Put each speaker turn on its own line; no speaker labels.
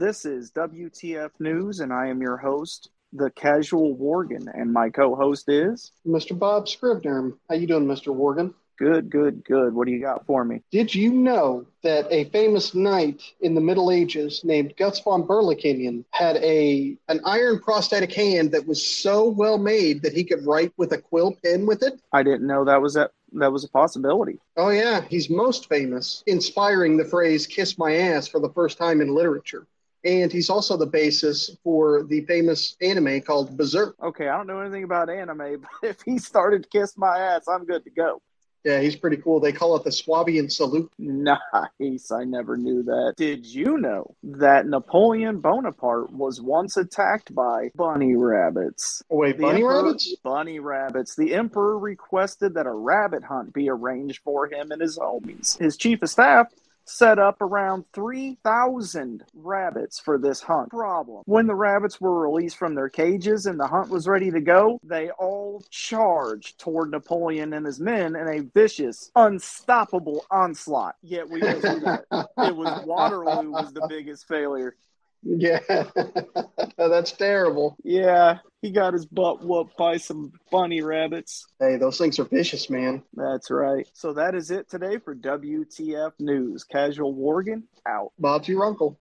This is WTF News, and I am your host, the Casual Worgan, and my co-host is
Mr. Bob Scribner. How you doing, Mr. Worgan?
good, good, good. What do you got for me?
Did you know that a famous knight in the Middle Ages named Guts von Berlichingen had a an iron prosthetic hand that was so well made that he could write with a quill pen with it?
I didn't know that was that that was a possibility.
Oh yeah, he's most famous, inspiring the phrase "kiss my ass" for the first time in literature. And he's also the basis for the famous anime called Berserk.
Okay, I don't know anything about anime, but if he started kiss my ass, I'm good to go.
Yeah, he's pretty cool. They call it the Swabian salute.
Nice. I never knew that. Did you know that Napoleon Bonaparte was once attacked by bunny rabbits?
Oh, wait,
The
bunny
emperor-
rabbits?
Bunny rabbits. The emperor requested that a rabbit hunt be arranged for him and his homies. His chief of staff set up around 3,000 rabbits for this hunt. Problem. When the rabbits were released from their cages and the hunt was ready to go, they all charged toward Napoleon and his men in a vicious, unstoppable onslaught. Yet we didn't do that. It was Waterloo was the biggest failure.
Yeah, that's terrible.
Yeah, he got his butt whooped by some bunny rabbits.
Hey, those things are vicious, man.
That's right. So that is it today for WTF News. Casual Worgan out.
Bob's your uncle.